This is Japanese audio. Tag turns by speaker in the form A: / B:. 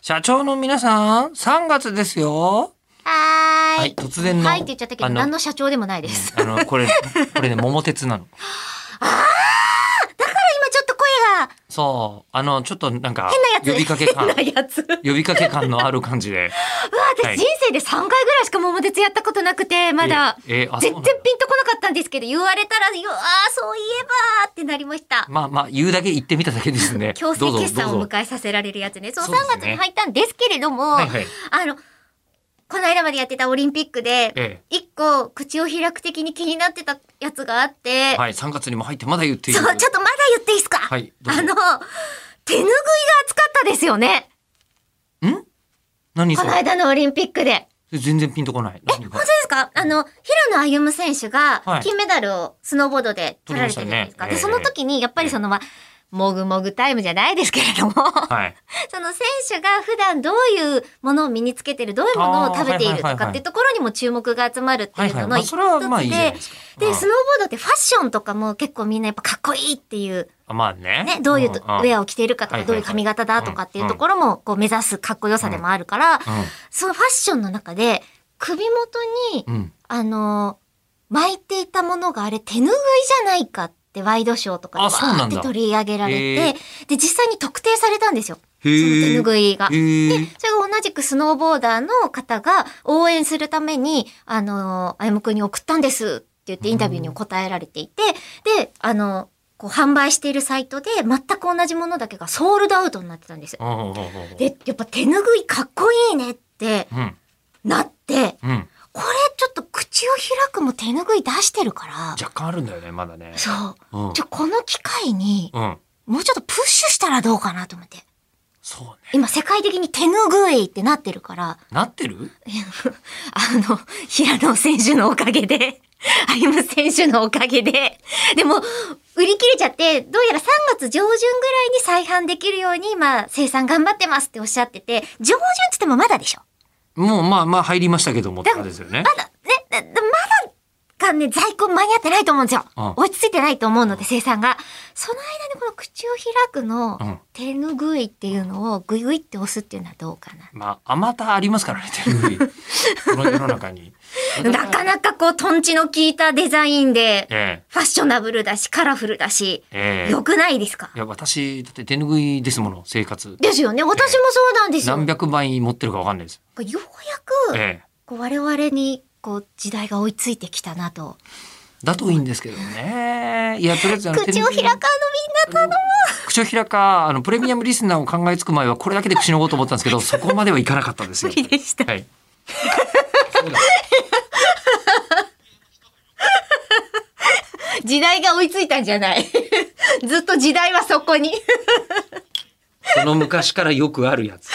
A: 社長の皆さん、3月ですよ。
B: はーい。
A: はい突然の
B: はいって言っちゃったけど、
A: あの
B: 何の社長でもないです。
A: あの、これ、これね、桃鉄なの。
B: 今ちょっと声が
A: そう。あの、ちょっとなんか、
B: 変
A: 呼
B: なやつ。
A: びかけ感、
B: 変な やつ。うわ、
A: 呼びかけ感のある感じで。は
B: 私
A: い
B: 人生で3回ぐらいしか桃鉄やったことなくて、まだ。
A: ええあそう
B: 全
A: な
B: 然
A: んだ
B: ピンとこなかったんですけど、言われたら、うわー、そういえばーってなりました。
A: まあまあ、言うだけ言ってみただけですね。
B: 強制
A: どうぞ
B: 決算
A: ど
B: を
A: うぞ
B: 迎えさせられるやつね。そう、
A: そうですね
B: 3月に入ったんですけれども、
A: はいはい。
B: あの、この間までやってたオリンピックで、
A: え
B: 一個口を開く的に気になってたやつがあって、
A: え。はい、3月にも入ってまだ言ってい
B: そ
A: る。
B: う、ちょっとまだ言っていいですか
A: はいどうぞ
B: あの、手拭いが熱かったですよね。
A: 何
B: こ
A: そ
B: の
A: れ
B: 間のオリンピックで。
A: 全然ピンとこない。
B: え、
A: 何
B: 本当
A: が
B: ですかあの、平野歩夢選手
A: は
B: が
A: い
B: 金メダルをスノーボードで取られてるじゃないですか。
A: 取りました
B: で、そ
A: ねええ
B: の時に、やっぱりその、まあ、もぐもぐタイムじゃないですけれども、
A: はい。
B: その選手が普段どういうものを身につけてる、どういうものを食べているとかっていうところにも注目が集まるって
A: はい
B: いう
A: はい。
B: の
A: ま
B: の
A: あ、
B: 一つ
A: それはまあいいじゃない
B: で
A: で、すか。う
B: で、
A: ん
B: スノーボードってファッションとかも結構みんなやっぱかっこいいっていう、
A: あまあね。
B: ね、どういうとウ
A: んん
B: ェアを着ているかと
A: は
B: か、
A: いはい
B: どう
A: はい
B: いう髪型だとかっていうところもこう目指すかっこよさでもあるから、そのファッションの中で首元に
A: う、ん。うん。
B: あのー巻いていたものがあれ手拭いじゃないかってワイドショーとかで
A: あそう
B: わ
A: なん
B: ーっ
A: だ
B: て取り上げられ
A: へ
B: て、で、実際に特定されたんですよ。
A: へ
B: その
A: え。
B: 手拭いが。
A: へえ。
B: それが同じくスノーボーダーの方が応援するために、あの、あやむくんに送ったんですって言ってインタビューに答えられていて、で、あの、こう販売しているサイトで全く同じものだけがソールドアウトになってたんです。
A: うんうんうんうん
B: で、やっぱ手拭いかっこいいねって
A: うん。
B: なって、
A: うん。
B: これちょっと口を開くも手拭い出してるから、
A: 若干あるんだよね、まだね。
B: そうう。
A: ん
B: ちょ、この機会に、
A: うん。
B: もうちょっとプッシュしたらどうかなと思って。
A: そうね。
B: 今世界的に手拭いってなってるから、
A: なってる
B: あの、平野選手のおかげで、 歩夢選手のおかげで、でも、売り切れちゃって、どうやら3月上旬ぐらいに再販できるように、今、生産頑張ってますっておっしゃってて、上旬って言ってもまだでしょ
A: もうまあまあ入りましたけどもって
B: だ
A: ことですよね
B: ま。だ、ね、だだまだがね、在庫間に合ってないと思うんですよ。
A: うん
B: 落ち着いてないと思うので、生産が。その間にこの口を開くの、
A: うん
B: 手拭いっていうのをグイグイって押すっていうのはどうかな。
A: まあ、あまたありますからね、手 拭い。この世の中に。
B: なかなかこう、トンチの効いたデザインで、
A: え
B: ファッショナブルだし、カラフルだし、
A: ええ
B: 良くないですか
A: いや、私、だって手拭いですもの、生活。
B: ですよね。私もそうなんですよ。
A: 何
B: よ
A: 百枚持ってるかわかんないです。
B: うやく、
A: ええ。
B: こう我々に、こう、時代が追いついてきたなと。
A: だといいんですけどね。いや、とりあえずあの、
B: 口を開かんのみんな
A: 手拭い口を開か、あの、プレミアムリスナーを考えつく前は、これだけで口のごうと思ったんですけ ど、そこまではいかなかったんです
B: 無
A: よ。
B: 理でし た。
A: はい。
B: 時代が追いついたんじゃない。 ずっと時代はそこに。
A: その昔からよくあるやつ。